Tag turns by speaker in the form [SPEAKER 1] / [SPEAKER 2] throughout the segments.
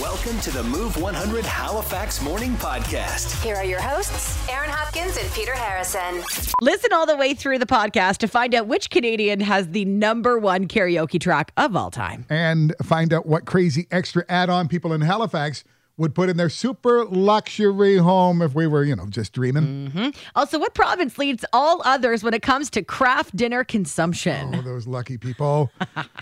[SPEAKER 1] Welcome to the Move 100 Halifax Morning Podcast.
[SPEAKER 2] Here are your hosts, Aaron Hopkins and Peter Harrison.
[SPEAKER 3] Listen all the way through the podcast to find out which Canadian has the number one karaoke track of all time.
[SPEAKER 4] and find out what crazy extra add-on people in Halifax would put in their super luxury home if we were, you know, just dreaming.
[SPEAKER 3] Also, what province leads all others when it comes to craft dinner consumption?
[SPEAKER 4] Oh, those lucky people.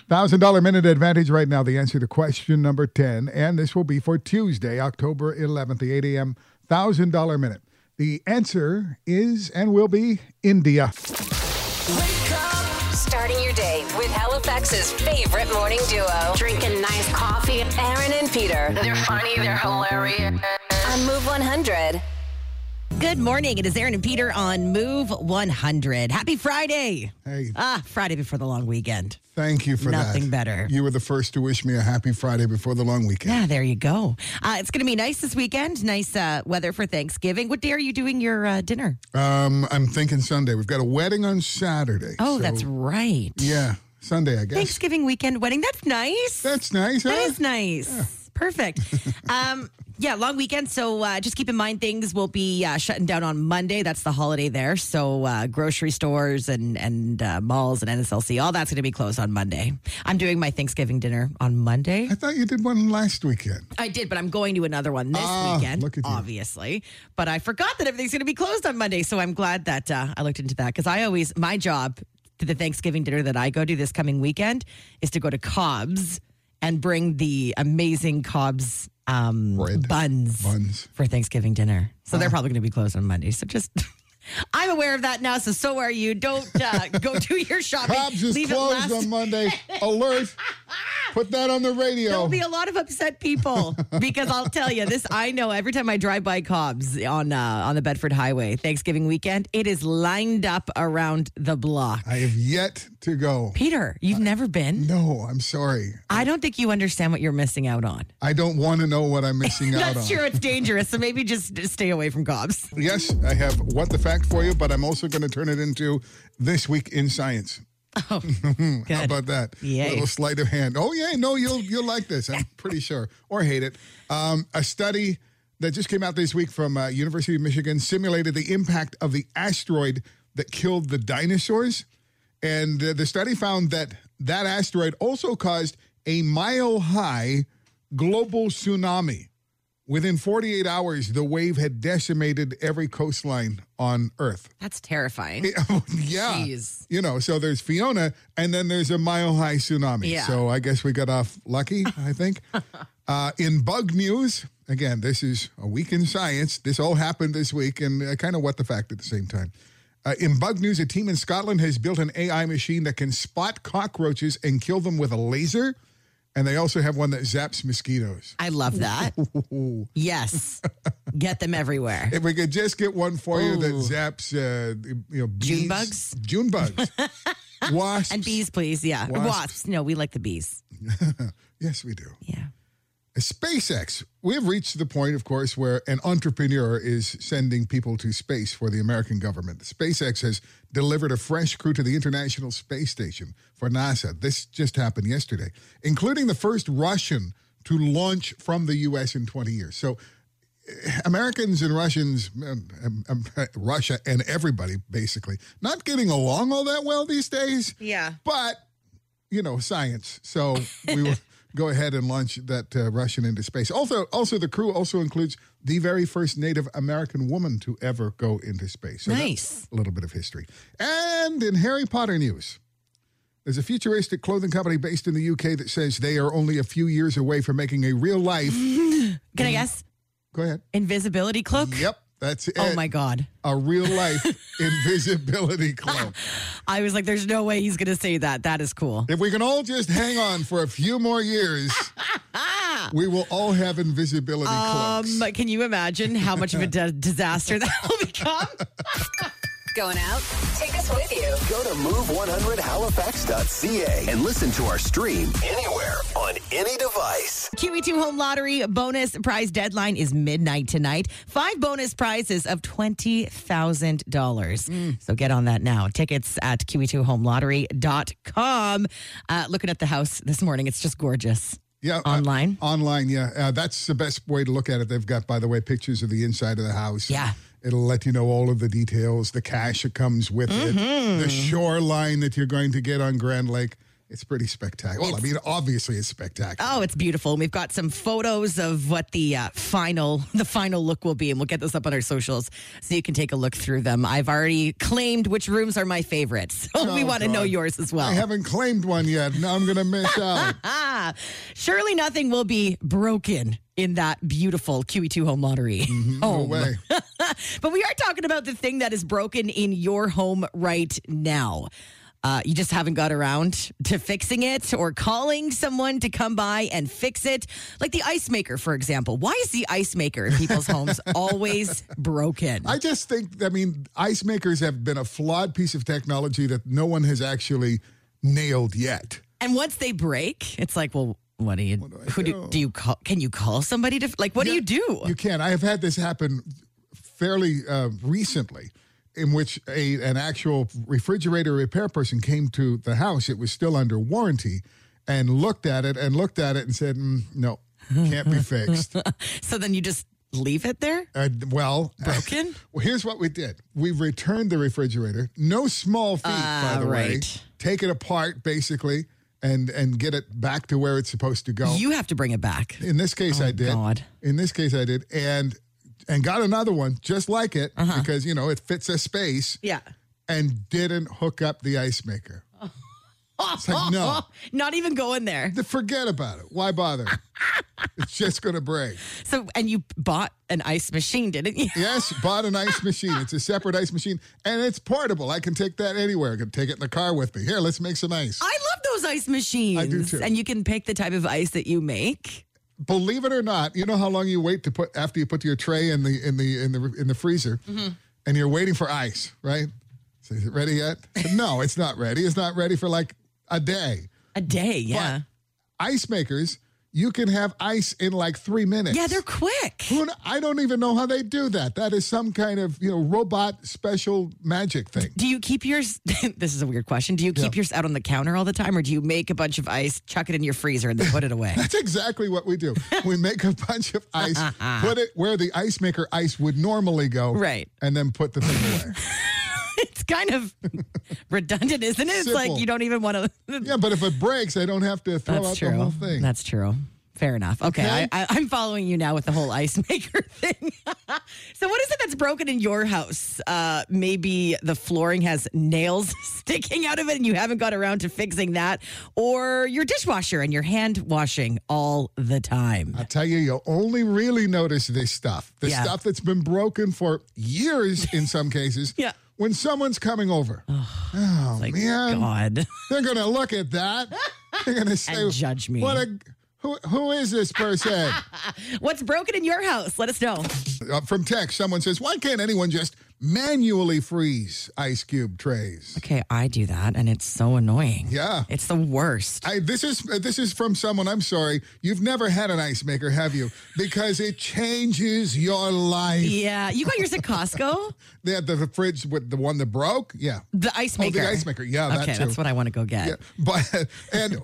[SPEAKER 4] Thousand dollar minute advantage right now. The answer to question number 10. And this will be for Tuesday, October 11th, the 8 a.m. thousand dollar minute. The answer is and will be India.
[SPEAKER 2] Starting your day with Halifax's favorite morning duo. Drinking nice coffee. Aaron and Peter. They're funny, they're hilarious. On Move 100.
[SPEAKER 5] Good morning. It is Aaron and Peter on Move 100. Happy Friday.
[SPEAKER 4] Hey.
[SPEAKER 5] Ah, Friday before the long weekend.
[SPEAKER 4] Thank you for
[SPEAKER 5] Nothing better.
[SPEAKER 4] You were the first to wish me a happy Friday before the long weekend.
[SPEAKER 5] Yeah, Ah, there you go. Uh, it's going to be nice this weekend. Nice uh, weather for Thanksgiving. What day are you doing your uh, dinner?
[SPEAKER 4] Um, I'm thinking Sunday. We've got a wedding on Saturday.
[SPEAKER 5] Oh,
[SPEAKER 4] so-
[SPEAKER 5] that's right.
[SPEAKER 4] Yeah, Sunday, I guess.
[SPEAKER 5] Thanksgiving weekend wedding. That's nice.
[SPEAKER 4] That's nice, huh?
[SPEAKER 5] That is nice. Perfect. um, yeah, long weekend. So uh, just keep in mind things will be uh, shutting down on Monday. That's the holiday there. So uh, grocery stores and and uh, malls and NSLC, all that's going to be closed on Monday. I'm doing my Thanksgiving dinner on Monday.
[SPEAKER 4] I thought you did one last weekend.
[SPEAKER 5] I did, but I'm going to another one this
[SPEAKER 4] Ah,
[SPEAKER 5] weekend,
[SPEAKER 4] look at you.
[SPEAKER 5] obviously. But I forgot that everything's going to be closed on Monday. So I'm glad that uh, I looked into that because I always, my job to the Thanksgiving dinner that I go to this coming weekend is to go to Cobb's and bring the amazing Cobb's um,
[SPEAKER 4] Bread.
[SPEAKER 5] buns,
[SPEAKER 4] Buns. Ah.
[SPEAKER 5] for Thanksgiving dinner. So they're probably going to be closed on Monday. So just. I'm aware of that now, so so are you. Don't uh, go do your shopping.
[SPEAKER 4] Cobb's is
[SPEAKER 5] Leave it
[SPEAKER 4] closed
[SPEAKER 5] last
[SPEAKER 4] on Monday. Alert. Put that on the radio.
[SPEAKER 5] There'll be a lot of upset people because I'll tell you this. I know every time I drive by Cobb's on uh, on the Bedford Highway Thanksgiving weekend, it is lined up around the block.
[SPEAKER 4] I have yet to go.
[SPEAKER 5] Peter, you've never been.
[SPEAKER 4] No, I'm sorry.
[SPEAKER 5] I don't think you understand what you're missing out on.
[SPEAKER 4] I don't want to know what I'm missing out on.
[SPEAKER 5] That's true. It's dangerous. So maybe just just stay away from Cobb's.
[SPEAKER 4] Yes, I have what the fact for you, but I'm also going to turn it into this week in science. Oh, how about that?
[SPEAKER 5] Yay.
[SPEAKER 4] Little sleight of hand. Oh yeah, no, you'll you'll like this. I'm pretty sure, or hate it. Um, a study that just came out this week from uh, University of Michigan simulated the impact of the asteroid that killed the dinosaurs, and uh, the study found that that asteroid also caused a mile high global tsunami. Within 48 hours, the wave had decimated every coastline on Earth.
[SPEAKER 5] That's terrifying.
[SPEAKER 4] yeah.
[SPEAKER 5] Jeez.
[SPEAKER 4] You know, so there's Fiona, and then there's a mile high tsunami.
[SPEAKER 5] Yeah.
[SPEAKER 4] So I guess we got off lucky, I think. uh, in bug news, again, this is a week in science. This all happened this week, and uh, kind of what the fact at the same time. Uh, in bug news, a team in Scotland has built an AI machine that can spot cockroaches and kill them with a laser. And they also have one that zaps mosquitoes.
[SPEAKER 5] I love that. yes, get them everywhere.
[SPEAKER 4] If we could just get one for you that zaps, uh, you know, bees,
[SPEAKER 5] June bugs?
[SPEAKER 4] June bugs, wasps,
[SPEAKER 5] And bees, please. Yeah,
[SPEAKER 4] Wasps.
[SPEAKER 5] wasps. No, we like the bees.
[SPEAKER 4] Yes, we do.
[SPEAKER 5] Yeah.
[SPEAKER 4] SpaceX. We have reached the point, of course, where an entrepreneur is sending people to space for the American government. SpaceX has delivered a fresh crew to the International Space Station for NASA. This just happened yesterday, including the first Russian to launch from the U.S. in 20 years. So eh, Americans and Russians, um, um, um, Russia and everybody basically, not getting along all that well these days.
[SPEAKER 5] Yeah.
[SPEAKER 4] But, you know, science. So we will go ahead and launch that uh, Russian into space. Also, also the crew also includes the very first Native American woman to ever go into space. So that's
[SPEAKER 5] Nice.
[SPEAKER 4] A little bit of history. And in Harry Potter news. There's a futuristic clothing company based in the UK that says they are only a few years away from making a real life.
[SPEAKER 5] Can I guess?
[SPEAKER 4] Go ahead.
[SPEAKER 5] Invisibility cloak.
[SPEAKER 4] Yep, that's it.
[SPEAKER 5] Oh my god.
[SPEAKER 4] A real life invisibility cloak.
[SPEAKER 5] I was like, there's no way he's going to say that. That is cool.
[SPEAKER 4] If we can all just hang on for a few more years, we will all have invisibility cloaks.
[SPEAKER 5] Um, can you imagine how much of a di- disaster that will become?
[SPEAKER 2] Going out? Take us with you.
[SPEAKER 1] Go to move100halifax.ca and listen to our stream anywhere on any device.
[SPEAKER 5] QE2 Home Lottery bonus prize deadline is midnight tonight. Five bonus prizes of $20,000. So get on that now. Tickets at QE2HomeLottery.com. Uh, looking at the house this morning, it's just gorgeous.
[SPEAKER 4] Yeah, uh,
[SPEAKER 5] Online?
[SPEAKER 4] online, yeah. Uh, that's the best way to look at it. They've got, by the way, pictures of the inside of the house.
[SPEAKER 5] Yeah.
[SPEAKER 4] It'll let you know all of the details, the cash that comes with it,
[SPEAKER 5] Mm-hmm.
[SPEAKER 4] the shoreline that you're going to get on Grand Lake. It's pretty spectacular. Well, I mean, obviously, it's spectacular.
[SPEAKER 5] Oh, it's beautiful. We've got some photos of what the uh, final the final look will be, and we'll get those up on our socials so you can take a look through them. I've already claimed which rooms are my favorites, so we
[SPEAKER 4] Oh,
[SPEAKER 5] want to know
[SPEAKER 4] God.
[SPEAKER 5] yours as
[SPEAKER 4] I
[SPEAKER 5] well.
[SPEAKER 4] haven't claimed one yet. Now I'm going to miss out.
[SPEAKER 5] ah, surely nothing will be broken in that beautiful QE2 home lottery. Oh,
[SPEAKER 4] No way.
[SPEAKER 5] But we are talking about the thing that is broken in your home right now. Uh, you just haven't got around to fixing it or calling someone to come by and fix it. Like the ice maker, for example. Why is the ice maker in people's homes always broken?
[SPEAKER 4] I just think, I mean, ice makers have been a flawed piece of technology that no one has actually nailed yet.
[SPEAKER 5] and once they break, it's like, well, what do you,
[SPEAKER 4] I
[SPEAKER 5] who do,
[SPEAKER 4] do?
[SPEAKER 5] do you call? Can you call somebody to, like, what do you do?
[SPEAKER 4] You can. I have had this happen fairly uh, recently, in which a an actual refrigerator repair person came to the house. It was still under warranty, and looked at it and looked at it and said, mm, "No, can't be fixed."
[SPEAKER 5] so then you just leave it there?
[SPEAKER 4] Uh, well,
[SPEAKER 5] Broken?
[SPEAKER 4] well, here's what we did. We returned the refrigerator. No small feat, by
[SPEAKER 5] Ah,
[SPEAKER 4] the way.
[SPEAKER 5] right.
[SPEAKER 4] Take it apart, basically, and and get it back to where it's supposed to go.
[SPEAKER 5] You have to bring it back.
[SPEAKER 4] In this case, I did.
[SPEAKER 5] God.
[SPEAKER 4] In this case, I did, and and got another one just like it because you know it fits a space.
[SPEAKER 5] Uh-huh. Yeah.
[SPEAKER 4] And didn't hook up the ice maker. It's like, no.
[SPEAKER 5] Not even going there.
[SPEAKER 4] Th- Forget about it. Why bother? it's just going to break.
[SPEAKER 5] So, and you bought an ice machine, didn't you?
[SPEAKER 4] Yes, bought an ice machine. It's a separate ice machine, and it's portable. I can take that anywhere. I can take it in the car with me. Here, let's make some ice.
[SPEAKER 5] I love those ice machines.
[SPEAKER 4] I do too.
[SPEAKER 5] And you can pick the type of ice that you make.
[SPEAKER 4] Believe it or not, you know how long you wait to put after you put your tray in the in the in the in the freezer,
[SPEAKER 5] Mm-hmm.
[SPEAKER 4] and you're waiting for ice, right? So is it ready yet? no, it's not ready. It's not ready for like a day.
[SPEAKER 5] A day, yeah.
[SPEAKER 4] Ice makers, you can have ice in like three minutes.
[SPEAKER 5] yeah, they're quick.
[SPEAKER 4] Who kn- I don't even know how they do that. That is some kind of you know robot special magic thing.
[SPEAKER 5] Do you keep yours? this is a weird question. Do you keep yours out on the counter all the time, or do you make a bunch of ice, chuck it in your freezer, and then put it away?
[SPEAKER 4] That's exactly what we do. We make a bunch of ice, put it where the ice maker ice would normally go,
[SPEAKER 5] Right.
[SPEAKER 4] And then put the thing away.
[SPEAKER 5] it's kind of redundant, isn't it? It's like
[SPEAKER 4] Simple.
[SPEAKER 5] you don't even want to.
[SPEAKER 4] yeah, but if it breaks, I don't have to throw out
[SPEAKER 5] That's
[SPEAKER 4] the whole
[SPEAKER 5] true.
[SPEAKER 4] thing.
[SPEAKER 5] That's true. Fair enough. Okay,
[SPEAKER 4] Okay.
[SPEAKER 5] I, I, I'm following you now with the whole ice maker thing. so, what is it that's broken in your house? Uh, maybe the flooring has nails sticking out of it, and you haven't got around to fixing that, or your dishwasher and you're hand washing all the time.
[SPEAKER 4] I tell you, you'll only really notice this stuff, the
[SPEAKER 5] Yeah.
[SPEAKER 4] stuff that's been broken for years in some cases.
[SPEAKER 5] Yeah.
[SPEAKER 4] When someone's coming over, oh
[SPEAKER 5] Like,
[SPEAKER 4] man,
[SPEAKER 5] God,
[SPEAKER 4] they're gonna look at that. They're gonna say,
[SPEAKER 5] And judge me.
[SPEAKER 4] What a who? Who is this person?
[SPEAKER 5] what's broken in your house? Let us know.
[SPEAKER 4] Uh, from text, someone says, "Why can't anyone just manually freeze ice cube trays?"
[SPEAKER 5] Okay, I do that, and it's so annoying.
[SPEAKER 4] Yeah.
[SPEAKER 5] it's the worst.
[SPEAKER 4] I, this is uh, this is from someone. I'm sorry, you've never had an ice maker, have you? Because it changes your life.
[SPEAKER 5] yeah, you got yours at Costco,
[SPEAKER 4] They had the, the fridge with the one that broke. Yeah,
[SPEAKER 5] the ice
[SPEAKER 4] oh,
[SPEAKER 5] maker.
[SPEAKER 4] the ice maker. Yeah, that
[SPEAKER 5] okay,
[SPEAKER 4] too.
[SPEAKER 5] that's what I want to go get.
[SPEAKER 4] Yeah, but and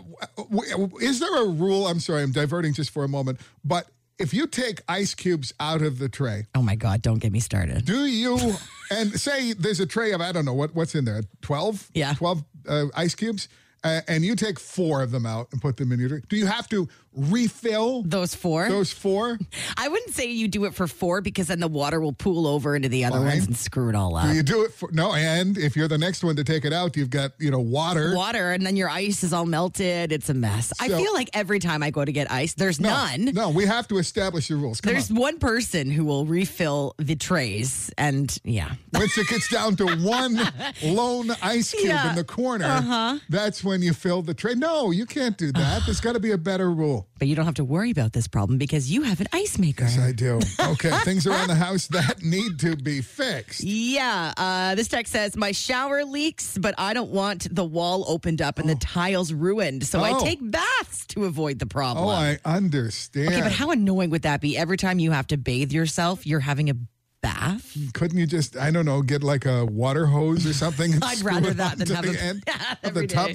[SPEAKER 4] w- w- is there a rule? I'm sorry, I'm diverting just for a moment. But if you take ice cubes out of the tray,
[SPEAKER 5] Oh my God, don't get me started.
[SPEAKER 4] do you and say there's a tray of I don't know what what's in there, twelve,
[SPEAKER 5] Yeah.
[SPEAKER 4] twelve uh, ice cubes, uh, and you take four of them out and put them in your drink. Do you have to refill
[SPEAKER 5] Those four?
[SPEAKER 4] those four?
[SPEAKER 5] I wouldn't say you do it for four because then the water will pool over into the other ones and screw it all up.
[SPEAKER 4] You do it for no, and if you're the next one to take it out, you've got you know water.
[SPEAKER 5] Water and then your ice is all melted. It's a mess. I
[SPEAKER 4] So-
[SPEAKER 5] feel like every time I go to get ice, there's
[SPEAKER 4] No,
[SPEAKER 5] none.
[SPEAKER 4] No, we have to establish the rules. Come
[SPEAKER 5] There's
[SPEAKER 4] on.
[SPEAKER 5] one person who will refill the trays, and yeah,
[SPEAKER 4] Once it gets down to one lone ice cube
[SPEAKER 5] Yeah. Uh-huh.
[SPEAKER 4] in the corner, that's when you fill the tray. No, you can't do that. There's got to be a better rule.
[SPEAKER 5] but you don't have to worry about this problem because you have an ice maker.
[SPEAKER 4] Yes, I do. Okay, things around the house that need to be fixed.
[SPEAKER 5] Yeah, uh, this text says my shower leaks, but I don't want the wall opened up and the tiles ruined, so I
[SPEAKER 4] Oh.
[SPEAKER 5] take baths to avoid the problem.
[SPEAKER 4] Oh, I understand.
[SPEAKER 5] Okay, but how annoying would that be? Every time you have to bathe yourself, you're having a bath.
[SPEAKER 4] Couldn't you just, I don't know, get like a water hose or something? and
[SPEAKER 5] I'd
[SPEAKER 4] screw
[SPEAKER 5] rather
[SPEAKER 4] it
[SPEAKER 5] that
[SPEAKER 4] onto
[SPEAKER 5] than have
[SPEAKER 4] the
[SPEAKER 5] a-
[SPEAKER 4] end
[SPEAKER 5] Yeah,
[SPEAKER 4] of the
[SPEAKER 5] every
[SPEAKER 4] top
[SPEAKER 5] day.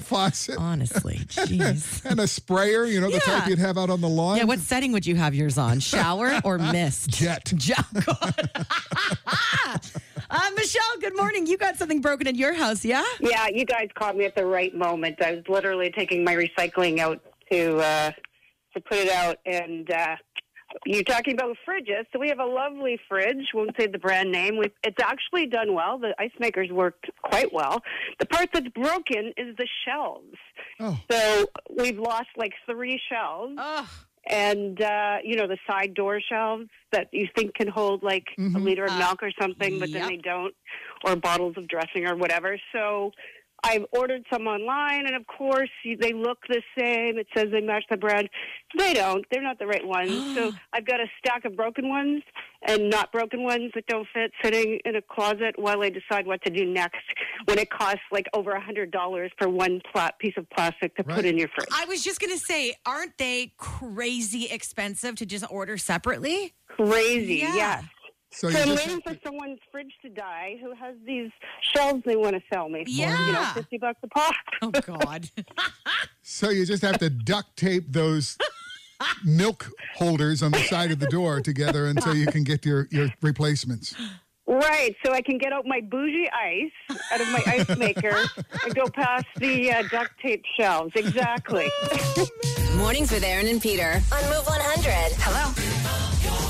[SPEAKER 4] faucet
[SPEAKER 5] Honestly, jeez.
[SPEAKER 4] and a sprayer, you know, the type
[SPEAKER 5] Yeah.
[SPEAKER 4] you'd have out on the lawn.
[SPEAKER 5] Yeah, what setting would you have yours on? Shower or mist?
[SPEAKER 4] Jet.
[SPEAKER 5] Ja- God. uh, Michelle, good morning. You got something broken in your house, yeah?
[SPEAKER 6] Yeah, you guys caught me at the right moment. I was literally taking my recycling out to uh, to put it out, and uh, you're talking about fridges. So we have a lovely fridge. Won't say the brand name. We've, it's actually done well. The ice makers worked quite well. The part that's broken is the shelves.
[SPEAKER 4] Oh.
[SPEAKER 6] So we've lost like three shelves
[SPEAKER 5] Oh,
[SPEAKER 6] and uh, you know the side door shelves that you think can hold like a liter of milk or something, but
[SPEAKER 5] Uh, yep.
[SPEAKER 6] then they don't, or bottles of dressing or whatever. So I've ordered some online, and of course you, they look the same. It says they match the brand. They don't. They're not the right ones. so I've got a stack of broken ones and not broken ones that don't fit sitting in a closet while I decide what to do next. When it costs like over a hundred dollars for one pla- piece of plastic to
[SPEAKER 4] Right.
[SPEAKER 6] put in your fridge.
[SPEAKER 5] I was just going to say, aren't they crazy expensive to just order separately?
[SPEAKER 6] Crazy,
[SPEAKER 5] Yeah.
[SPEAKER 6] yes.
[SPEAKER 4] So
[SPEAKER 6] So
[SPEAKER 4] you
[SPEAKER 6] I'm
[SPEAKER 4] just,
[SPEAKER 6] waiting for someone's fridge to die who has these shelves they want to sell me for, you know,
[SPEAKER 5] Yeah.
[SPEAKER 6] 50 bucks a pop.
[SPEAKER 5] Oh, God.
[SPEAKER 4] so you just have to duct tape those milk holders on the side of the door together until you can get your, your replacements.
[SPEAKER 6] Right, so I can get out my bougie ice out of my ice maker and go past the uh, duct tape shelves. Exactly.
[SPEAKER 2] Mornings with Aaron and Peter on Move 100. Hello.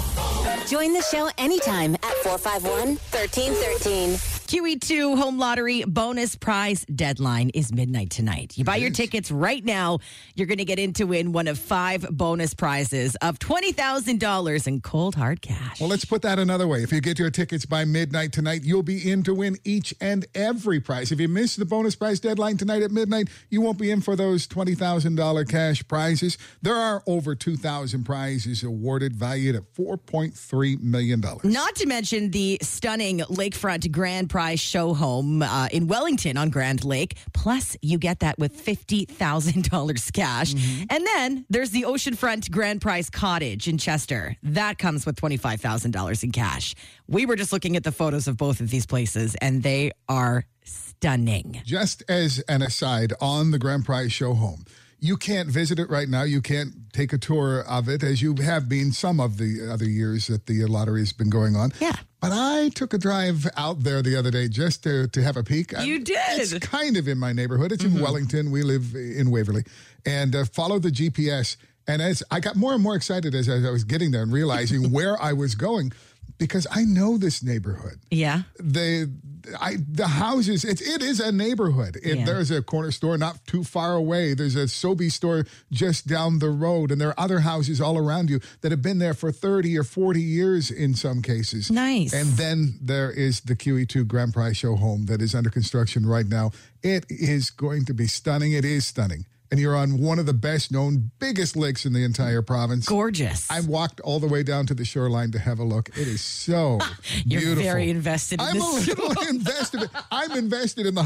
[SPEAKER 2] Join the show anytime at 451 1313.
[SPEAKER 5] QE2 E home lottery bonus prize deadline is midnight tonight. You buy your tickets right now, you're going to get in to win one of five bonus prizes of $20,000 in cold hard cash.
[SPEAKER 4] Well, let's put that another way. If you get your tickets by midnight tonight, you'll be in to win each and every prize. If you miss the bonus prize deadline tonight at midnight, you won't be in for those $20,000 cash prizes. There are over 2,000 prizes awarded, valued at $4.3 million.
[SPEAKER 5] Not to mention the stunning lakefront grand prize show home uh, in Wellington on Grand Lake. Plus, you get that with $50,000 cash.
[SPEAKER 4] Mm-hmm.
[SPEAKER 5] And then there's the oceanfront grand prize cottage in Chester. That comes with $25,000 in cash. We were just looking at the photos of both of these places, and they are stunning.
[SPEAKER 4] Just as an aside on the grand prize show home, you can't visit it right now. You can't take a tour of it as you have been some of the other years that the lottery has been going on.
[SPEAKER 5] Yeah.
[SPEAKER 4] But I took a drive out there the other day just to, to have a peek. I-
[SPEAKER 5] You did? Mm-hmm.
[SPEAKER 4] It's kind of in my neighborhood. It's in Wellington. We live in Waverly. And uh, follow the GPS. And as I got more and more excited as, as I was getting there and realizing where I was going because I know this neighborhood
[SPEAKER 5] Yeah.
[SPEAKER 4] the I the houses it, it is a neighborhood. It,
[SPEAKER 5] Yeah.
[SPEAKER 4] There's a corner store not too far away. There's a Sobe store just down the road, and there are other houses all around you that have been there for thirty or forty years in some cases.
[SPEAKER 5] Nice.
[SPEAKER 4] And then there is the QE2 Grand Prize Show home that is under construction right now. It is going to be stunning. It is stunning, and you're on one of the best known, biggest lakes in the entire province.
[SPEAKER 5] Gorgeous.
[SPEAKER 4] I walked all the way down to the shoreline to have a look. It is so
[SPEAKER 5] You're
[SPEAKER 4] beautiful.
[SPEAKER 5] very invested in
[SPEAKER 4] I'm a
[SPEAKER 5] this.
[SPEAKER 4] little invested. I'm invested in the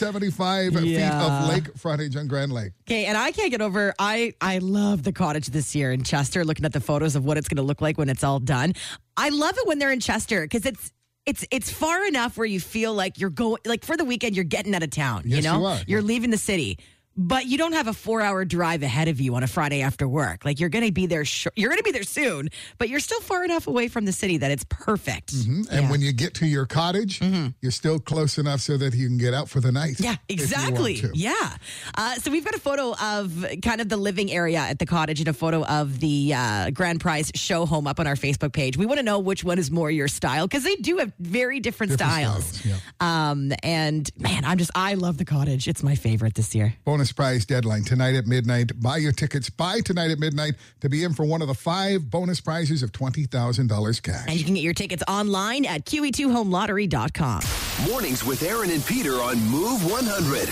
[SPEAKER 4] 175 feet
[SPEAKER 5] Yeah.
[SPEAKER 4] of lake frontage on Grand Lake.
[SPEAKER 5] Okay, and I can't get over. I I love the cottage this year in Chester. Looking at the photos of what it's going to look like when it's all done, I love it when they're in Chester because it's it's it's far enough where you feel like you're going like for the weekend you're getting out of town.
[SPEAKER 4] Yes,
[SPEAKER 5] you know,
[SPEAKER 4] you are.
[SPEAKER 5] you're leaving the city, but you don't have a four hour drive ahead of you on a Friday after work. Like you're going to be there. Sh- you're going to be there soon, but you're still far enough away from the city that it's perfect.
[SPEAKER 4] Mm-hmm, And when you get to your cottage, you're still close enough so that you can get out for the night.
[SPEAKER 5] Mm-hmm. Yeah,
[SPEAKER 4] if you want
[SPEAKER 5] exactly.
[SPEAKER 4] to.
[SPEAKER 5] Yeah. Uh, so we've got a photo of kind of the living area at the cottage and a photo of the uh, grand prize show home up on our Facebook page. We want to know which one is more your style because they do have very different,
[SPEAKER 4] Different
[SPEAKER 5] styles.
[SPEAKER 4] styles,
[SPEAKER 5] Um, and man, I'm just, I love the cottage. It's my favorite this year.
[SPEAKER 4] Bonus prize deadline tonight at midnight. Buy your tickets by tonight at midnight to be in for one of the five bonus prizes of $20,000 cash.
[SPEAKER 5] And you can get your tickets online at E QE2HomeLottery.com.
[SPEAKER 1] Mornings with Aaron and Peter on Move 100.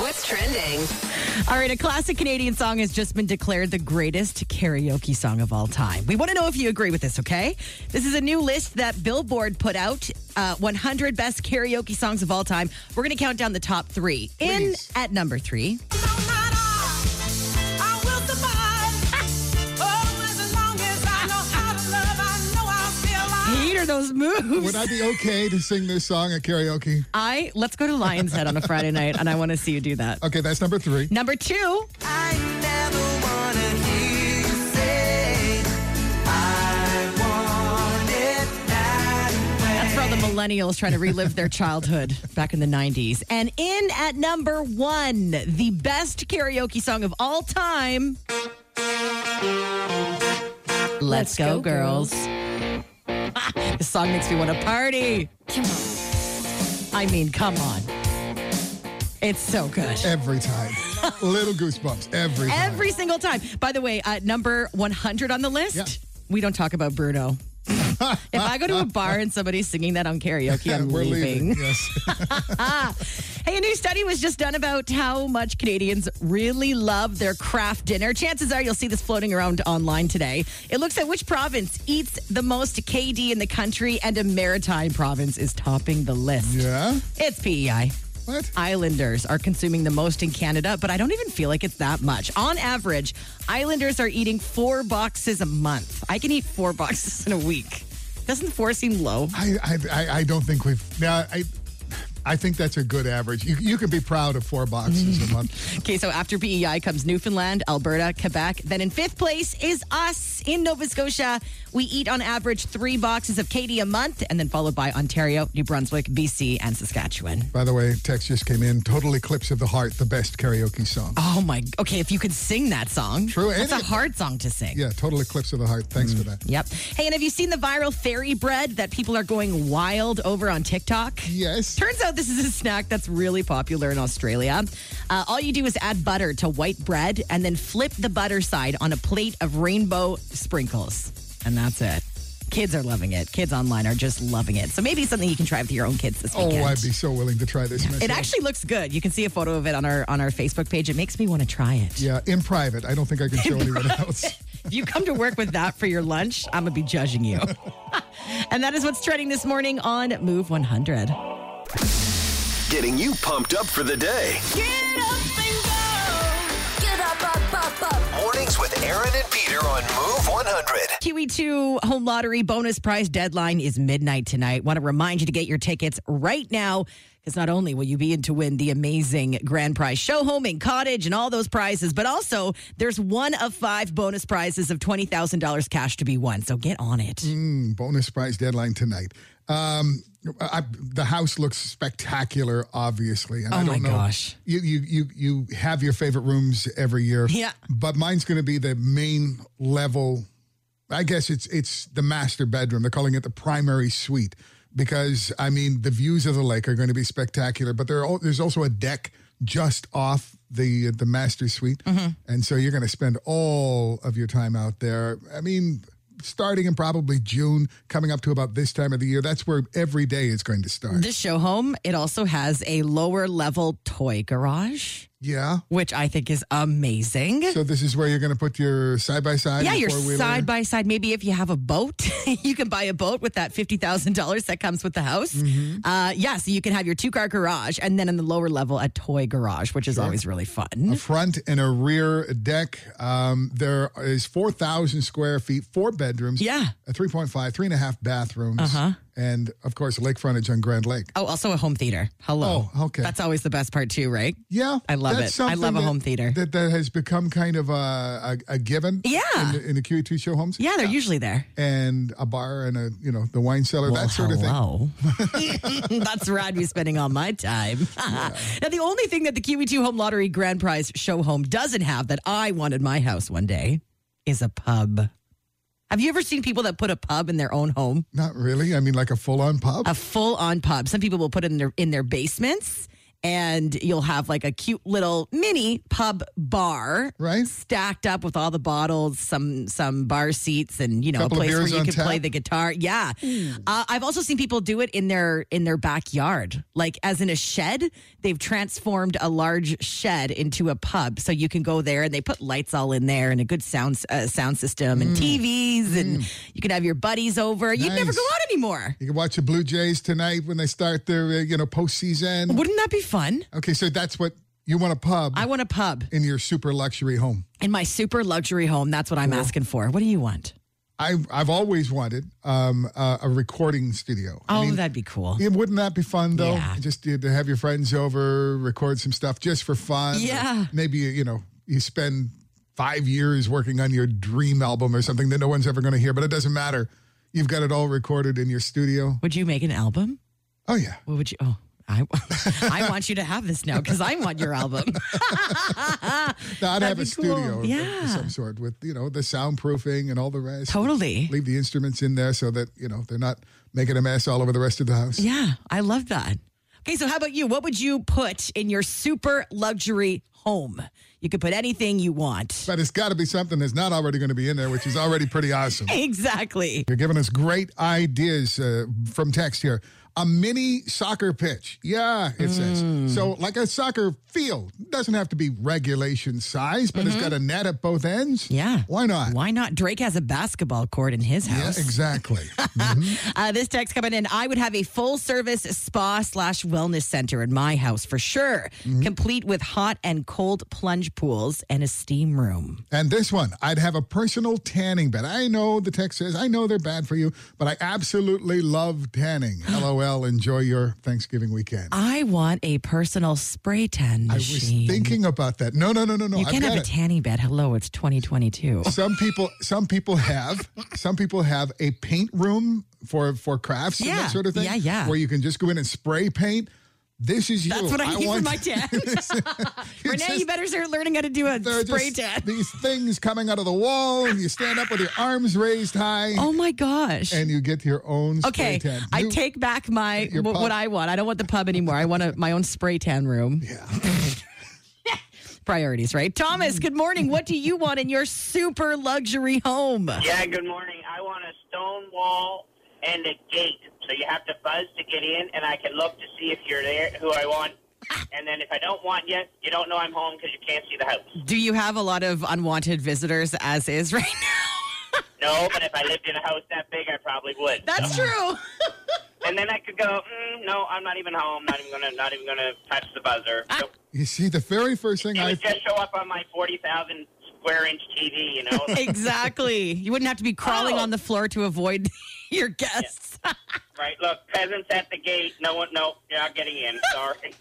[SPEAKER 2] What's trending?
[SPEAKER 5] All right, a classic Canadian song has just been declared the greatest karaoke song of all time. We want to know if you agree with this, okay? This is a new list that Billboard put out uh, 100 best karaoke songs of all time. We're going to count down the top three. In
[SPEAKER 4] Please.
[SPEAKER 5] at number three, are those moves?
[SPEAKER 4] Would I be okay to sing this song at karaoke?
[SPEAKER 5] I let's go to Lion's Head on a Friday night, and I want to see you do that.
[SPEAKER 4] Okay, that's number three.
[SPEAKER 5] Number two,
[SPEAKER 7] I never wanna hear you say I want it that way.
[SPEAKER 5] that's for all the millennials trying to relive their childhood back in the 90s. And in at number one, the best karaoke song of all time. Let's, go, girls. Ah, this song makes me want to party. I mean, come on. It's so good.
[SPEAKER 4] Every time. Little goosebumps. Every time.
[SPEAKER 5] Every single time. By the way, uh, number 100 on the list,
[SPEAKER 4] Yeah.
[SPEAKER 5] we don't talk about Bruno. if I go to a bar and somebody's singing that on karaoke, I'm
[SPEAKER 4] We're
[SPEAKER 5] leaving.
[SPEAKER 4] leaving. Yes.
[SPEAKER 5] Hey, a new study was just done about how much Canadians really love their craft dinner. Chances are you'll see this floating around online today. It looks at which province eats the most KD in the country, and a maritime province is topping the list.
[SPEAKER 4] Yeah?
[SPEAKER 5] It's PEI.
[SPEAKER 4] What?
[SPEAKER 5] Islanders are consuming the most in Canada, but I don't even feel like it's that much. On average, Islanders are eating four boxes a month. I can eat four boxes in a week. Doesn't four seem low?
[SPEAKER 4] I, I, I, I don't think we've. Now, I, I think that's a good average. You, you can be proud of four boxes a month.
[SPEAKER 5] Okay, so after PEI comes Newfoundland, Alberta, Quebec. Then in fifth place is us in Nova Scotia. We eat on average three boxes of Katie a month, and then followed by Ontario, New Brunswick, BC, and Saskatchewan.
[SPEAKER 4] By the way, text just came in. Total Eclipse of the Heart, the best karaoke song.
[SPEAKER 5] Oh my, okay, if you could sing that song.
[SPEAKER 4] True, and
[SPEAKER 5] That's a
[SPEAKER 4] it-
[SPEAKER 5] hard song to sing.
[SPEAKER 4] Yeah, Total Eclipse of the Heart. Thanks for that.
[SPEAKER 5] Yep. Hey, and have you seen the viral fairy bread that people are going wild over on TikTok?
[SPEAKER 4] Yes.
[SPEAKER 5] Turns out this is a snack that's really popular in Australia. Uh, all you do is add butter to white bread and then flip the butter side on a plate of rainbow sprinkles. And that's it. Kids are loving it. Kids online are just loving it. So maybe it's something you can try with your own kids this
[SPEAKER 4] Oh,
[SPEAKER 5] weekend.
[SPEAKER 4] I'd be so willing to try this. myself.
[SPEAKER 5] It actually looks good. You can see a photo of it on our on our Facebook page. It makes me want to try it.
[SPEAKER 4] Yeah, in private. I don't think I can show anyone else.
[SPEAKER 5] If you come to work with that for your lunch, I'm going to be judging you. and that is what's trending this morning on Move 100.
[SPEAKER 1] Getting you pumped up for the day.
[SPEAKER 7] Get up and go. Get up, up, up, up.
[SPEAKER 1] Mornings with Aaron and Peter on Move 100.
[SPEAKER 5] Kiwi 2 home lottery bonus prize deadline is midnight tonight. Want to remind you to get your tickets right now because not only will you be in to win the amazing grand prize show home and cottage and all those prizes, but also there's one of five bonus prizes of $20,000 cash to be won. So get on it.
[SPEAKER 4] bonus prize deadline tonight. Um, I, the house looks spectacular, obviously. And
[SPEAKER 5] Oh
[SPEAKER 4] I
[SPEAKER 5] my
[SPEAKER 4] don't know.
[SPEAKER 5] gosh.
[SPEAKER 4] You, you you you have your favorite rooms every year.
[SPEAKER 5] Yeah.
[SPEAKER 4] But mine's going to be the main level. I guess it's it's the master bedroom. They're calling it the primary suite because I mean the views of the lake are going to be spectacular. But there are, al- there's also a deck just off the the master suite,
[SPEAKER 5] Mm-hmm.
[SPEAKER 4] and so you're going to spend all of your time out there. I mean, starting in probably June, coming up to about this time of the year. That's where every day is going to start.
[SPEAKER 5] This show home, it also has a lower level toy garage.
[SPEAKER 4] Yeah.
[SPEAKER 5] which I think is amazing.
[SPEAKER 4] So this is where you're going to put your side by side.
[SPEAKER 5] yeah,
[SPEAKER 4] your
[SPEAKER 5] you're side by side. Maybe if you have a boat, you can buy a boat with that fifty thousand dollars that comes with the house.
[SPEAKER 4] Mm-hmm.
[SPEAKER 5] Uh, yeah, so you can have your two car garage, and then in the lower level, a toy garage, which is always really
[SPEAKER 4] a
[SPEAKER 5] fun.
[SPEAKER 4] front and a rear deck. Um, there is 4,000 square feet, four bedrooms.
[SPEAKER 5] Yeah.
[SPEAKER 4] A 3.5, three and a half bathrooms.
[SPEAKER 5] Uh-huh.
[SPEAKER 4] And of course, lake frontage on Grand Lake.
[SPEAKER 5] Oh, also a home theater. Hello.
[SPEAKER 4] Oh, okay.
[SPEAKER 5] That's always the best part too, right?
[SPEAKER 4] Yeah.
[SPEAKER 5] I love
[SPEAKER 4] that's
[SPEAKER 5] it. I
[SPEAKER 4] something
[SPEAKER 5] love a
[SPEAKER 4] that-
[SPEAKER 5] home theater.
[SPEAKER 4] That, that has become kind of a, a, a given.
[SPEAKER 5] Yeah.
[SPEAKER 4] In the, in the QE2 show homes.
[SPEAKER 5] Yeah, they're usually there.
[SPEAKER 4] And a bar and a, you know, the wine cellar,
[SPEAKER 5] Well,
[SPEAKER 4] that sort of thing.
[SPEAKER 5] hello. That's where I'd be spending all my time. Now, the only thing that the QE2 Home Lottery Grand Prize Show Home doesn't have that I wanted my house one day is a pub. Have you ever seen people that put a pub in their own home?
[SPEAKER 4] Not really. I mean, like a full on pub.
[SPEAKER 5] A full-on pub. Some people will put it in their in their basements, and you'll have like a cute little mini pub bar,
[SPEAKER 4] Right.
[SPEAKER 5] Stacked up with all the bottles, some some bar seats, and you know
[SPEAKER 4] Couple
[SPEAKER 5] a
[SPEAKER 4] of
[SPEAKER 5] place where
[SPEAKER 4] beers
[SPEAKER 5] you
[SPEAKER 4] on
[SPEAKER 5] can play
[SPEAKER 4] tap. Hmm.
[SPEAKER 5] the guitar. Yeah, uh, I've also seen people do it in their in their backyard, like as in a shed. They've transformed a large shed into a pub, so you can go there and they put lights all in there and a good sound uh, sound system and
[SPEAKER 4] Hmm.
[SPEAKER 5] TVs, and you can have your buddies over. You'd never
[SPEAKER 4] Nice.
[SPEAKER 5] go out anymore.
[SPEAKER 4] you can watch the Blue Jays tonight when they start their, uh, you know, postseason.
[SPEAKER 5] Wouldn't that be fun?
[SPEAKER 4] Okay, so that's what you want a pub
[SPEAKER 5] I want a pub
[SPEAKER 4] in your super luxury home.
[SPEAKER 5] in my super luxury home. That's what I'm asking for. What do you want?
[SPEAKER 4] I've I've always wanted um, uh, a recording studio. I
[SPEAKER 5] Oh,
[SPEAKER 4] mean,
[SPEAKER 5] that'd be cool.
[SPEAKER 4] yeah, wouldn't that be fun though?
[SPEAKER 5] Yeah.
[SPEAKER 4] Just to to have your friends over, record some stuff just for fun.
[SPEAKER 5] Yeah.
[SPEAKER 4] Maybe you know you spend five years working on your dream album or something that no one's ever going to hear, but it doesn't matter. You've got it all recorded in your studio.
[SPEAKER 5] Would you make an album?
[SPEAKER 4] Oh yeah.
[SPEAKER 5] What would you? Oh, I, I want you to have this now because I want your album.
[SPEAKER 4] No, I'd have
[SPEAKER 5] That'd
[SPEAKER 4] a
[SPEAKER 5] be
[SPEAKER 4] studio
[SPEAKER 5] cool.
[SPEAKER 4] of- of
[SPEAKER 5] Yeah.
[SPEAKER 4] some sort with you know the soundproofing and all the rest.
[SPEAKER 5] Totally.
[SPEAKER 4] Leave the instruments in there so that you know they're not making a mess all over the rest of the house.
[SPEAKER 5] Yeah, I love that. Okay, so how about you? What would you put in your super luxury home? You could put anything you want.
[SPEAKER 4] But it's got to be something that's not already going to be in there, which is already pretty awesome.
[SPEAKER 5] Exactly.
[SPEAKER 4] You're giving us great ideas uh, from text here. A mini soccer pitch. Yeah, it
[SPEAKER 5] Mm.
[SPEAKER 4] says. So, like a soccer field. Doesn't have to be regulation size, but it's got a net at both ends.
[SPEAKER 5] Mm-hmm. Yeah.
[SPEAKER 4] Why not?
[SPEAKER 5] Why not? Drake has a basketball court in his
[SPEAKER 4] Yeah,
[SPEAKER 5] house.
[SPEAKER 4] exactly.
[SPEAKER 5] Uh, this text coming in. I would have a full service spa slash wellness center in my house for sure,
[SPEAKER 4] Mm-hmm.
[SPEAKER 5] complete with hot and cold plunge pools and a steam room.
[SPEAKER 4] And this one, I'd have a personal tanning bed. I know the text says, I know they're bad for you, but I absolutely love tanning. LOL, enjoy your Thanksgiving weekend.
[SPEAKER 5] I want a personal spray tan
[SPEAKER 4] I was
[SPEAKER 5] machine.
[SPEAKER 4] thinking about that. No, no, no, no, no.
[SPEAKER 5] you
[SPEAKER 4] I've
[SPEAKER 5] can't
[SPEAKER 4] got
[SPEAKER 5] have a
[SPEAKER 4] it.
[SPEAKER 5] tanning bed. Hello, it's 2022.
[SPEAKER 4] some people some people have some people have a paint room for for crafts and
[SPEAKER 5] Yeah,
[SPEAKER 4] that sort of thing.
[SPEAKER 5] yeah, yeah.
[SPEAKER 4] Where you can just go in and spray paint. This is you.
[SPEAKER 5] That's what I, need for
[SPEAKER 4] want-
[SPEAKER 5] my tan.
[SPEAKER 4] It's
[SPEAKER 5] Renee, you
[SPEAKER 4] just-
[SPEAKER 5] better start learning how to do a
[SPEAKER 4] there are
[SPEAKER 5] spray
[SPEAKER 4] just
[SPEAKER 5] tan.
[SPEAKER 4] These things coming out of the wall, and you stand up with your arms raised high,
[SPEAKER 5] Oh my gosh.
[SPEAKER 4] and you get your own spray
[SPEAKER 5] Okay,
[SPEAKER 4] tan.
[SPEAKER 5] I
[SPEAKER 4] You-
[SPEAKER 5] take back my
[SPEAKER 4] Your
[SPEAKER 5] wh-
[SPEAKER 4] pub.
[SPEAKER 5] what I want. I don't want the pub anymore. I want a, my own spray tan room. Yeah. Priorities, right? Thomas, good morning. What do you want in your super luxury home?
[SPEAKER 8] Yeah, good morning. I want a stone wall and a gate. So you have to buzz to get in, and I can look to see if you're there, who I want. And then if I don't want you, you don't know I'm home because you can't see the house.
[SPEAKER 5] Do you have a lot of unwanted visitors as is right now?
[SPEAKER 8] No, but if I lived in a house that big, I probably would.
[SPEAKER 5] That's true.
[SPEAKER 8] And then I could go, mm, no, I'm not even home. Not even gonna, not even gonna touch the buzzer. So
[SPEAKER 4] You see, the very first thing
[SPEAKER 8] it
[SPEAKER 4] I
[SPEAKER 8] would just show up on my forty thousand square inch TV. You know,
[SPEAKER 5] exactly. You wouldn't have to be crawling
[SPEAKER 8] Oh.
[SPEAKER 5] on the floor to avoid your guests.
[SPEAKER 8] right? Look, peasants at the gate. No one, no, you're not getting in. Sorry.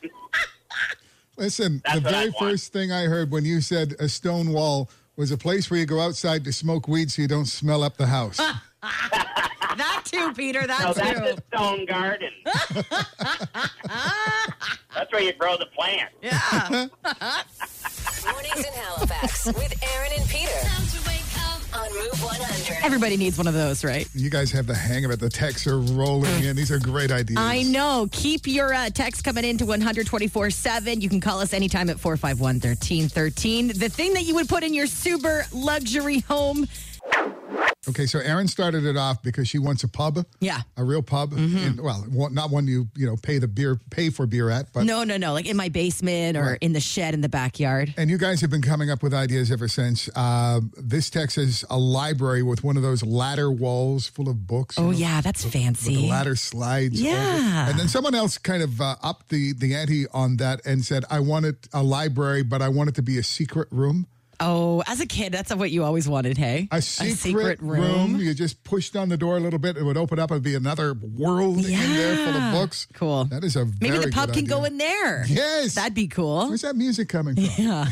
[SPEAKER 4] listen.
[SPEAKER 8] That's
[SPEAKER 4] the
[SPEAKER 8] what I
[SPEAKER 4] very
[SPEAKER 8] want.
[SPEAKER 4] first thing I heard when you said a stone wall was a place where you go outside to smoke weed so you don't smell up the house.
[SPEAKER 5] That too, Peter. That
[SPEAKER 8] No,
[SPEAKER 5] too.
[SPEAKER 8] that's a stone garden. that's where you grow the plants.
[SPEAKER 2] Mornings in Halifax with Aaron and Peter
[SPEAKER 7] Time to wake up.
[SPEAKER 2] on Move 100.
[SPEAKER 5] Everybody needs one of those, right?
[SPEAKER 4] You guys have the hang of it. The texts are rolling in. These are great ideas.
[SPEAKER 5] I know. Keep your uh, text coming into 124 7. You can call us anytime at 451 1313. The thing that you would put in your super luxury home.
[SPEAKER 4] Okay, so Erin started it off because she wants a pub.
[SPEAKER 5] Yeah. Mm-hmm.
[SPEAKER 4] a real pub. And, well, one- not one you you know pay the beer pay for beer at, but.
[SPEAKER 5] No, no, no. Like in my basement or in the shed in the backyard.
[SPEAKER 4] And you guys have been coming up with ideas ever since. Uh, this text is a library with one of those ladder walls full of books. you
[SPEAKER 5] Oh,
[SPEAKER 4] know,
[SPEAKER 5] yeah. That's
[SPEAKER 4] The
[SPEAKER 5] fancy.
[SPEAKER 4] ladder slides. over.
[SPEAKER 5] Yeah.
[SPEAKER 4] And then someone else kind of uh, upped the the ante on that and said, "I wanted a library, but I want it to be a secret room."
[SPEAKER 5] Oh, as a kid, that's what you always wanted, hey?
[SPEAKER 4] A secret, room. You just push down the door a little bit, it would open up and be another world in there full of
[SPEAKER 5] Yeah.
[SPEAKER 4] books.
[SPEAKER 5] Cool.
[SPEAKER 4] That is a very
[SPEAKER 5] Maybe the pub
[SPEAKER 4] good
[SPEAKER 5] can go
[SPEAKER 4] idea.
[SPEAKER 5] in there.
[SPEAKER 4] Yes.
[SPEAKER 5] That'd be cool.
[SPEAKER 4] Where's that music coming from?
[SPEAKER 5] Yeah.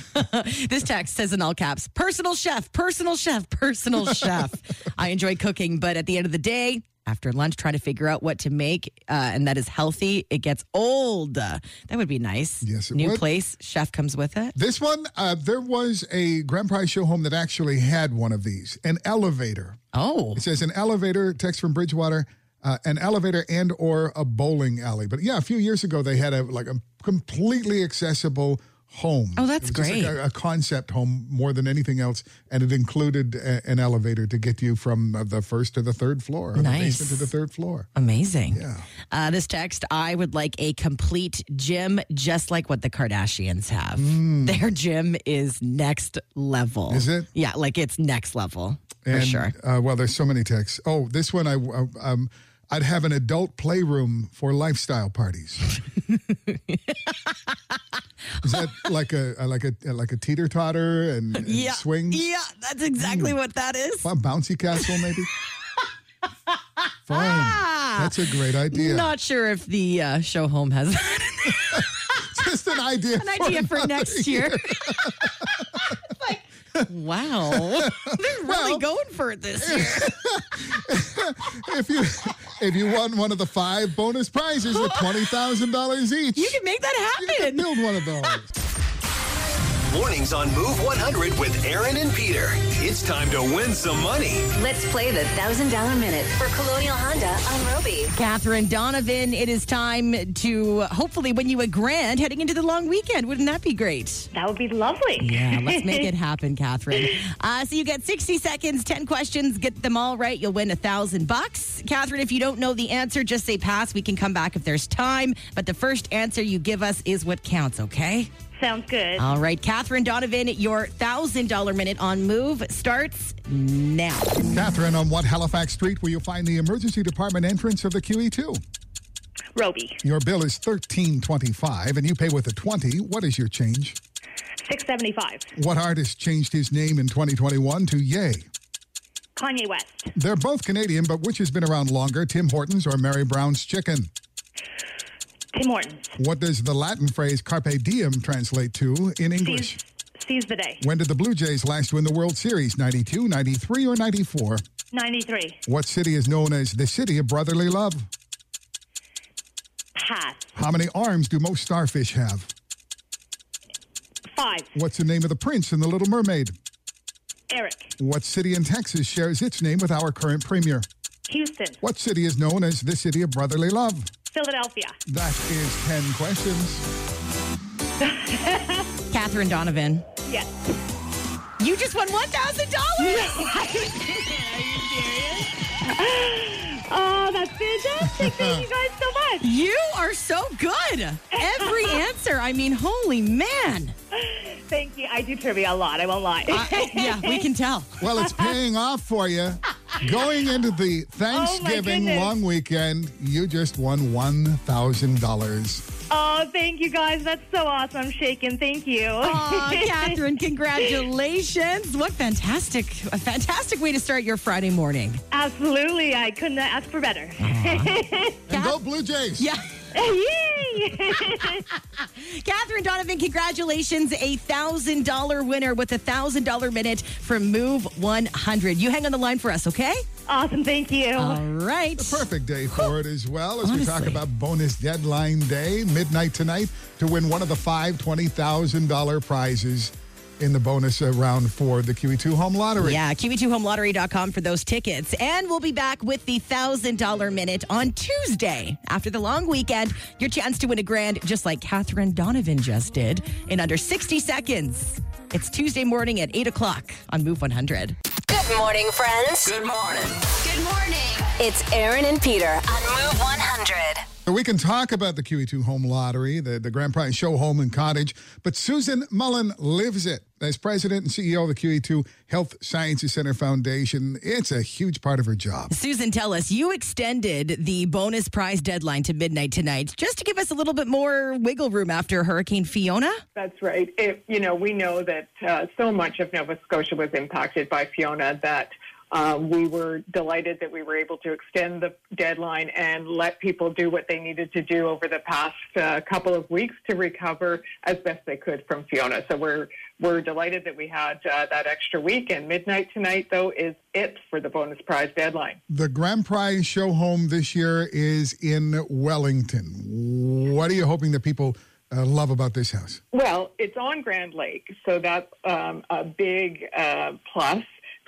[SPEAKER 5] this text says in all caps personal chef, personal chef, personal chef. I enjoy cooking, but at the end of the day, after lunch, trying to figure out what to make uh, and that is healthy, it gets old. Uh, That would be nice.
[SPEAKER 4] Yes, it
[SPEAKER 5] New
[SPEAKER 4] would.
[SPEAKER 5] place, chef comes with it.
[SPEAKER 4] This one, uh, there was a Grand Prize show home that actually had one of these, an elevator.
[SPEAKER 5] Oh,
[SPEAKER 4] It says an elevator, text from Bridgewater, uh, an elevator and or a bowling alley. But yeah, a few years ago they had a like a completely accessible home.
[SPEAKER 5] Oh, that's
[SPEAKER 4] It was just like
[SPEAKER 5] great.
[SPEAKER 4] a, a concept home more than anything else, and it included a, an elevator to get you from uh, the first to the third floor, or the
[SPEAKER 5] Nice.
[SPEAKER 4] basement to the third floor.
[SPEAKER 5] amazing.
[SPEAKER 4] Yeah.
[SPEAKER 5] Uh, this text I would like a complete gym, just like what the Kardashians have. Their gym is next level.
[SPEAKER 4] Hmm. Is it?
[SPEAKER 5] Yeah, like it's next level for
[SPEAKER 4] And,
[SPEAKER 5] sure.
[SPEAKER 4] Uh, well, there's so many texts. Oh, this one I um, I'd have an adult playroom for lifestyle parties. Is that like a like a like a teeter totter and, and
[SPEAKER 5] Yeah. E-
[SPEAKER 4] swings? Hmm.
[SPEAKER 5] Yeah, that's exactly what that is.
[SPEAKER 4] A bouncy castle, maybe. Fine. That's a great idea.
[SPEAKER 5] Ah! Not sure if the uh, show home has
[SPEAKER 4] Just an idea.
[SPEAKER 5] an idea for next year. like, wow, they're really going for it this year.
[SPEAKER 4] If you if you won one of the five bonus prizes at twenty thousand dollars each,
[SPEAKER 5] You can make that
[SPEAKER 4] you could
[SPEAKER 5] happen.
[SPEAKER 4] build one of those.
[SPEAKER 1] Mornings on Move 100 with Aaron and Peter. It's time to win some money.
[SPEAKER 2] Let's play the $1,000 minute for Colonial Honda on Roby.
[SPEAKER 5] Catherine Donovan, it is time to hopefully win you a grand heading into the long weekend. Wouldn't that be great?
[SPEAKER 9] That would be lovely.
[SPEAKER 5] Yeah, let's make it happen, Catherine. Uh, so you get 60 seconds, 10 questions, get them all right. You'll win a thousand bucks. Catherine, if you don't know the answer, just say pass. We can come back if there's time. But the first answer you give us is what counts, okay?
[SPEAKER 9] Sounds good.
[SPEAKER 6] Oh.
[SPEAKER 5] All right, Catherine Donovan, your $1,000 minute on move starts now.
[SPEAKER 4] Catherine, on what Halifax street will you find the emergency department entrance of the QE2?
[SPEAKER 9] Roby,
[SPEAKER 4] Your bill is thirteen twenty-five, and you pay with a twenty. What is your change?
[SPEAKER 9] six seventy five.
[SPEAKER 4] What artist changed his name in 2021 to Yay?
[SPEAKER 9] Kanye West,
[SPEAKER 4] They're both Canadian, but which has been around longer, Tim Hortons or Mary Brown's Chicken?
[SPEAKER 9] Tim Hortons,
[SPEAKER 4] What does the Latin phrase carpe diem translate to in English?
[SPEAKER 9] seize, seize the day.
[SPEAKER 4] When did the Blue Jays last win the World Series? 92, 93, or 94?
[SPEAKER 9] Ninety three.
[SPEAKER 4] What city is known as the City of Brotherly Love?
[SPEAKER 9] Pass.
[SPEAKER 4] How many arms do most starfish have?
[SPEAKER 9] Five.
[SPEAKER 4] What's the name of the prince in The Little Mermaid?
[SPEAKER 9] Eric.
[SPEAKER 4] What city in Texas shares its name with our current premier?
[SPEAKER 9] Houston.
[SPEAKER 4] What city is known as the City of Brotherly Love?
[SPEAKER 9] Philadelphia.
[SPEAKER 4] That is 10 questions.
[SPEAKER 5] Catherine Donovan,
[SPEAKER 9] Yes.
[SPEAKER 5] you just won $1,000.
[SPEAKER 9] Oh, that's fantastic. Thank you guys so much.
[SPEAKER 5] You are so good. Every answer. I mean, holy man.
[SPEAKER 9] Thank you. I do trivia a lot. I won't lie.
[SPEAKER 5] Yeah, we can tell.
[SPEAKER 4] Well, it's paying off for you. Going into the Thanksgiving
[SPEAKER 9] goodness.
[SPEAKER 4] long weekend, you just won $1,000.
[SPEAKER 9] oh, thank you guys. That's so awesome. I'm shaking. Thank you.
[SPEAKER 5] Aw, Catherine, congratulations. What fantastic, a fantastic way to start your Friday morning.
[SPEAKER 9] Absolutely. I couldn't ask for better.
[SPEAKER 4] And go Blue Jays.
[SPEAKER 5] Yeah.
[SPEAKER 9] Yay.
[SPEAKER 5] Catherine Donovan, congratulations. A $1,000 winner with a $1,000 minute from Move 100. You hang on the line for us, okay?
[SPEAKER 9] awesome. Thank you.
[SPEAKER 5] All right.
[SPEAKER 4] Perfect day for it as well as we talk
[SPEAKER 5] Honestly.
[SPEAKER 4] about bonus deadline day, midnight tonight, to win one of the five $20,000 prizes in the bonus uh, round for the QE2 Home Lottery.
[SPEAKER 5] Yeah, E QB2HomeLottery.com for those tickets. And we'll be back with the $1,000 minute on Tuesday after the long weekend. Your chance to win a grand, just like Catherine Donovan just did, in under 60 seconds. It's Tuesday morning at 8 o'clock on Move 100.
[SPEAKER 2] Good morning, friends.
[SPEAKER 1] Good morning.
[SPEAKER 7] Good morning.
[SPEAKER 2] It's Aaron and Peter on Move 100.
[SPEAKER 4] So we can talk about the QE2 home lottery, the, the grand prize show home and cottage, but Susan Mullen lives it. As president and CEO of the QE2 Health Sciences Center Foundation, it's a huge part of her job.
[SPEAKER 5] Susan, tell us, you extended the bonus prize deadline to midnight tonight just to give us a little bit more wiggle room after Hurricane Fiona.
[SPEAKER 6] That's right. It, you know, we know that uh, so much of Nova Scotia was impacted by Fiona that uh, we were delighted that we were able to extend the deadline and let people do what they needed to do over the past uh, couple of weeks to recover as best they could from Fiona. So we're we're delighted that we had uh, that extra week. And midnight tonight, though, is it for the bonus prize deadline.
[SPEAKER 4] The grand prize show home this year is in Wellington. What are you hoping that people uh, love about this house?
[SPEAKER 6] Well, it's on Grand Lake, so that's um, a big uh, plus.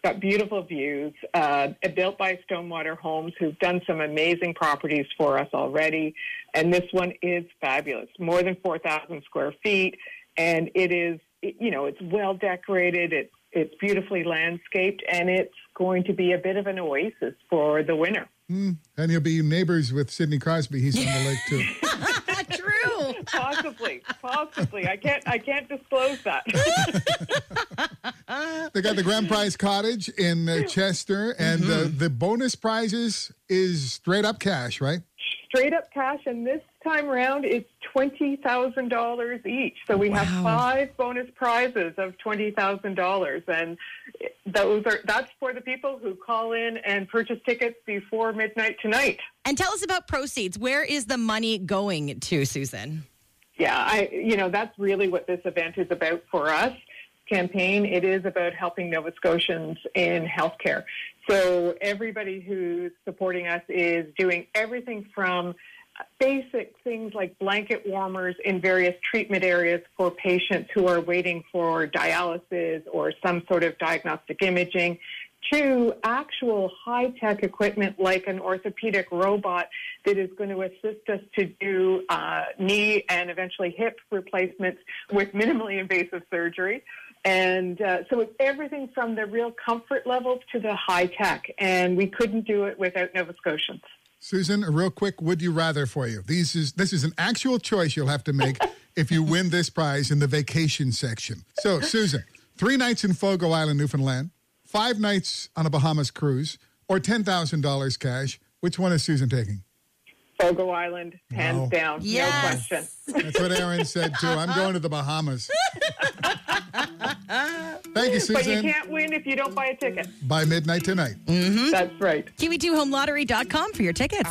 [SPEAKER 6] It's got beautiful views, uh, built by Stonewater Homes, who've done some amazing properties for us already. And this one is fabulous, more than 4,000 square feet. And it is, it- you know, it's well decorated, it's, it's beautifully landscaped, and it's going to be a bit of an oasis for the winter.
[SPEAKER 4] And you'll be neighbors with Sidney Crosby. He's from the lake, too.
[SPEAKER 5] True.
[SPEAKER 6] Possibly, possibly. I can't, I can't disclose that.
[SPEAKER 4] They got the grand prize cottage in uh, Chester, and uh, the bonus prizes is straight up cash, right?
[SPEAKER 6] straight up cash, and this time round, it's twenty thousand dollars each. So we have five bonus prizes of twenty thousand dollars, and those are that's for the people who call in and purchase tickets before midnight tonight.
[SPEAKER 5] And tell us about proceeds. Where is the money going to, Susan?
[SPEAKER 6] Yeah, I you know that's really what this event is about for us. Campaign. It is about helping Nova Scotians in healthcare. So everybody who's supporting us is doing everything from basic things like blanket warmers in various treatment areas for patients who are waiting for dialysis or some sort of diagnostic imaging to actual high tech equipment like an orthopedic robot that is going to assist us to do uh, knee and eventually hip replacements with minimally invasive surgery. And uh, so it's everything from the real comfort levels to the high tech. And we couldn't do it without Nova Scotians.
[SPEAKER 4] Susan, a real quick would you rather for you. These is this is an actual choice you'll have to make if you win this prize in the vacation section. So, Susan, three nights in Fogo Island, Newfoundland, five nights on a Bahamas cruise, or ten thousand dollars cash. Which one is Susan taking?
[SPEAKER 6] Fogo Island, hands
[SPEAKER 4] Wow.
[SPEAKER 6] down,
[SPEAKER 5] Yes.
[SPEAKER 6] no question.
[SPEAKER 4] That's what Aaron said too. I'm going to the Bahamas. Thank you,
[SPEAKER 6] But you
[SPEAKER 4] Susan.
[SPEAKER 6] can't win if you don't buy a ticket.
[SPEAKER 4] By midnight tonight.
[SPEAKER 6] That's right.
[SPEAKER 5] KiwiTwoHomeLottery.com for your tickets.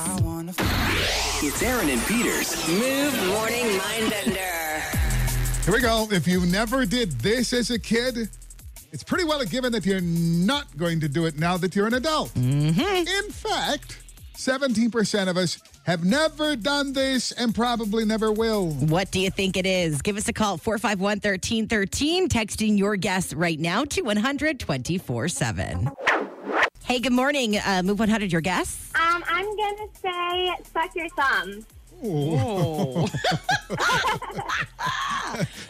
[SPEAKER 1] It's Aaron and Peter's
[SPEAKER 2] Move Morning Mindbender.
[SPEAKER 4] Here we go. If you never did this as a kid, it's pretty well a given that you're not going to do it now that you're an adult.
[SPEAKER 5] Mm-hmm.
[SPEAKER 4] In fact, 17% of us have never done this and probably never will.
[SPEAKER 5] What do you think it is? Give us a call at 451 1313. Texting your guess right now to 100 24 7. Hey, good morning. Uh, Move 100, your guess?
[SPEAKER 9] Um, I'm gonna say suck your thumb.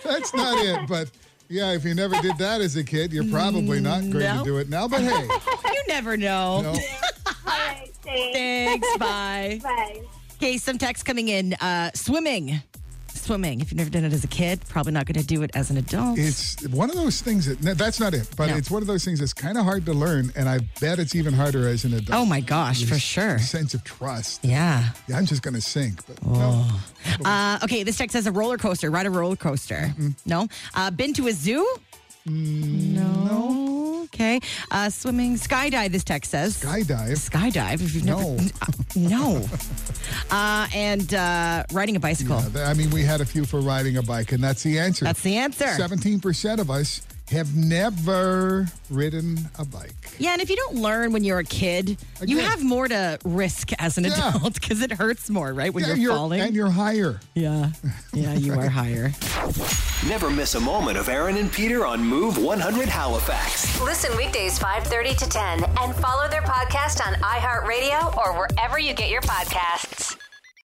[SPEAKER 4] That's not it, but yeah, if you never did that as a kid, you're probably not going
[SPEAKER 5] Mm, No.
[SPEAKER 4] to do it now. But hey,
[SPEAKER 5] You never know.
[SPEAKER 4] you know,
[SPEAKER 9] All right, thanks.
[SPEAKER 5] Thanks. Bye.
[SPEAKER 9] Bye.
[SPEAKER 5] Okay, some text coming in. Uh, swimming. Swimming. If you've never done it as a kid, probably not going to do it as an adult.
[SPEAKER 4] it's one of those things that no, that's not it, but
[SPEAKER 5] No.
[SPEAKER 4] it's one of those things that's kind of hard to learn, and I bet it's even harder as an adult.
[SPEAKER 5] oh my gosh, for sure.
[SPEAKER 4] Sense of trust.
[SPEAKER 5] Yeah.
[SPEAKER 4] Yeah, I'm just going to sink. But no.
[SPEAKER 5] Uh, okay, this text says a roller coaster. Ride a roller coaster. No. Uh, been to a zoo?
[SPEAKER 4] Mm,
[SPEAKER 5] no. Okay. Uh, swimming, skydive. This text says
[SPEAKER 4] Skydive.
[SPEAKER 5] skydive. If you've never,
[SPEAKER 4] No.
[SPEAKER 5] Uh, no. uh, and uh, riding a bicycle.
[SPEAKER 4] I mean, we had a few for riding a bike, and that's the answer.
[SPEAKER 5] That's the answer.
[SPEAKER 4] 17% of us have never ridden a bike.
[SPEAKER 5] Yeah, and if you don't learn when you're a kid, you
[SPEAKER 4] Again.
[SPEAKER 5] have more to risk as an
[SPEAKER 4] Yeah.
[SPEAKER 5] adult because it hurts more, right? When
[SPEAKER 4] Yeah,
[SPEAKER 5] you're, falling.
[SPEAKER 4] And you're higher.
[SPEAKER 5] yeah. Yeah, you are higher.
[SPEAKER 1] Never miss a moment of Aaron and Peter on Move 100 Halifax.
[SPEAKER 2] Listen weekdays 5:30 to 10 and follow their podcast on iHeartRadio or wherever you get your podcasts.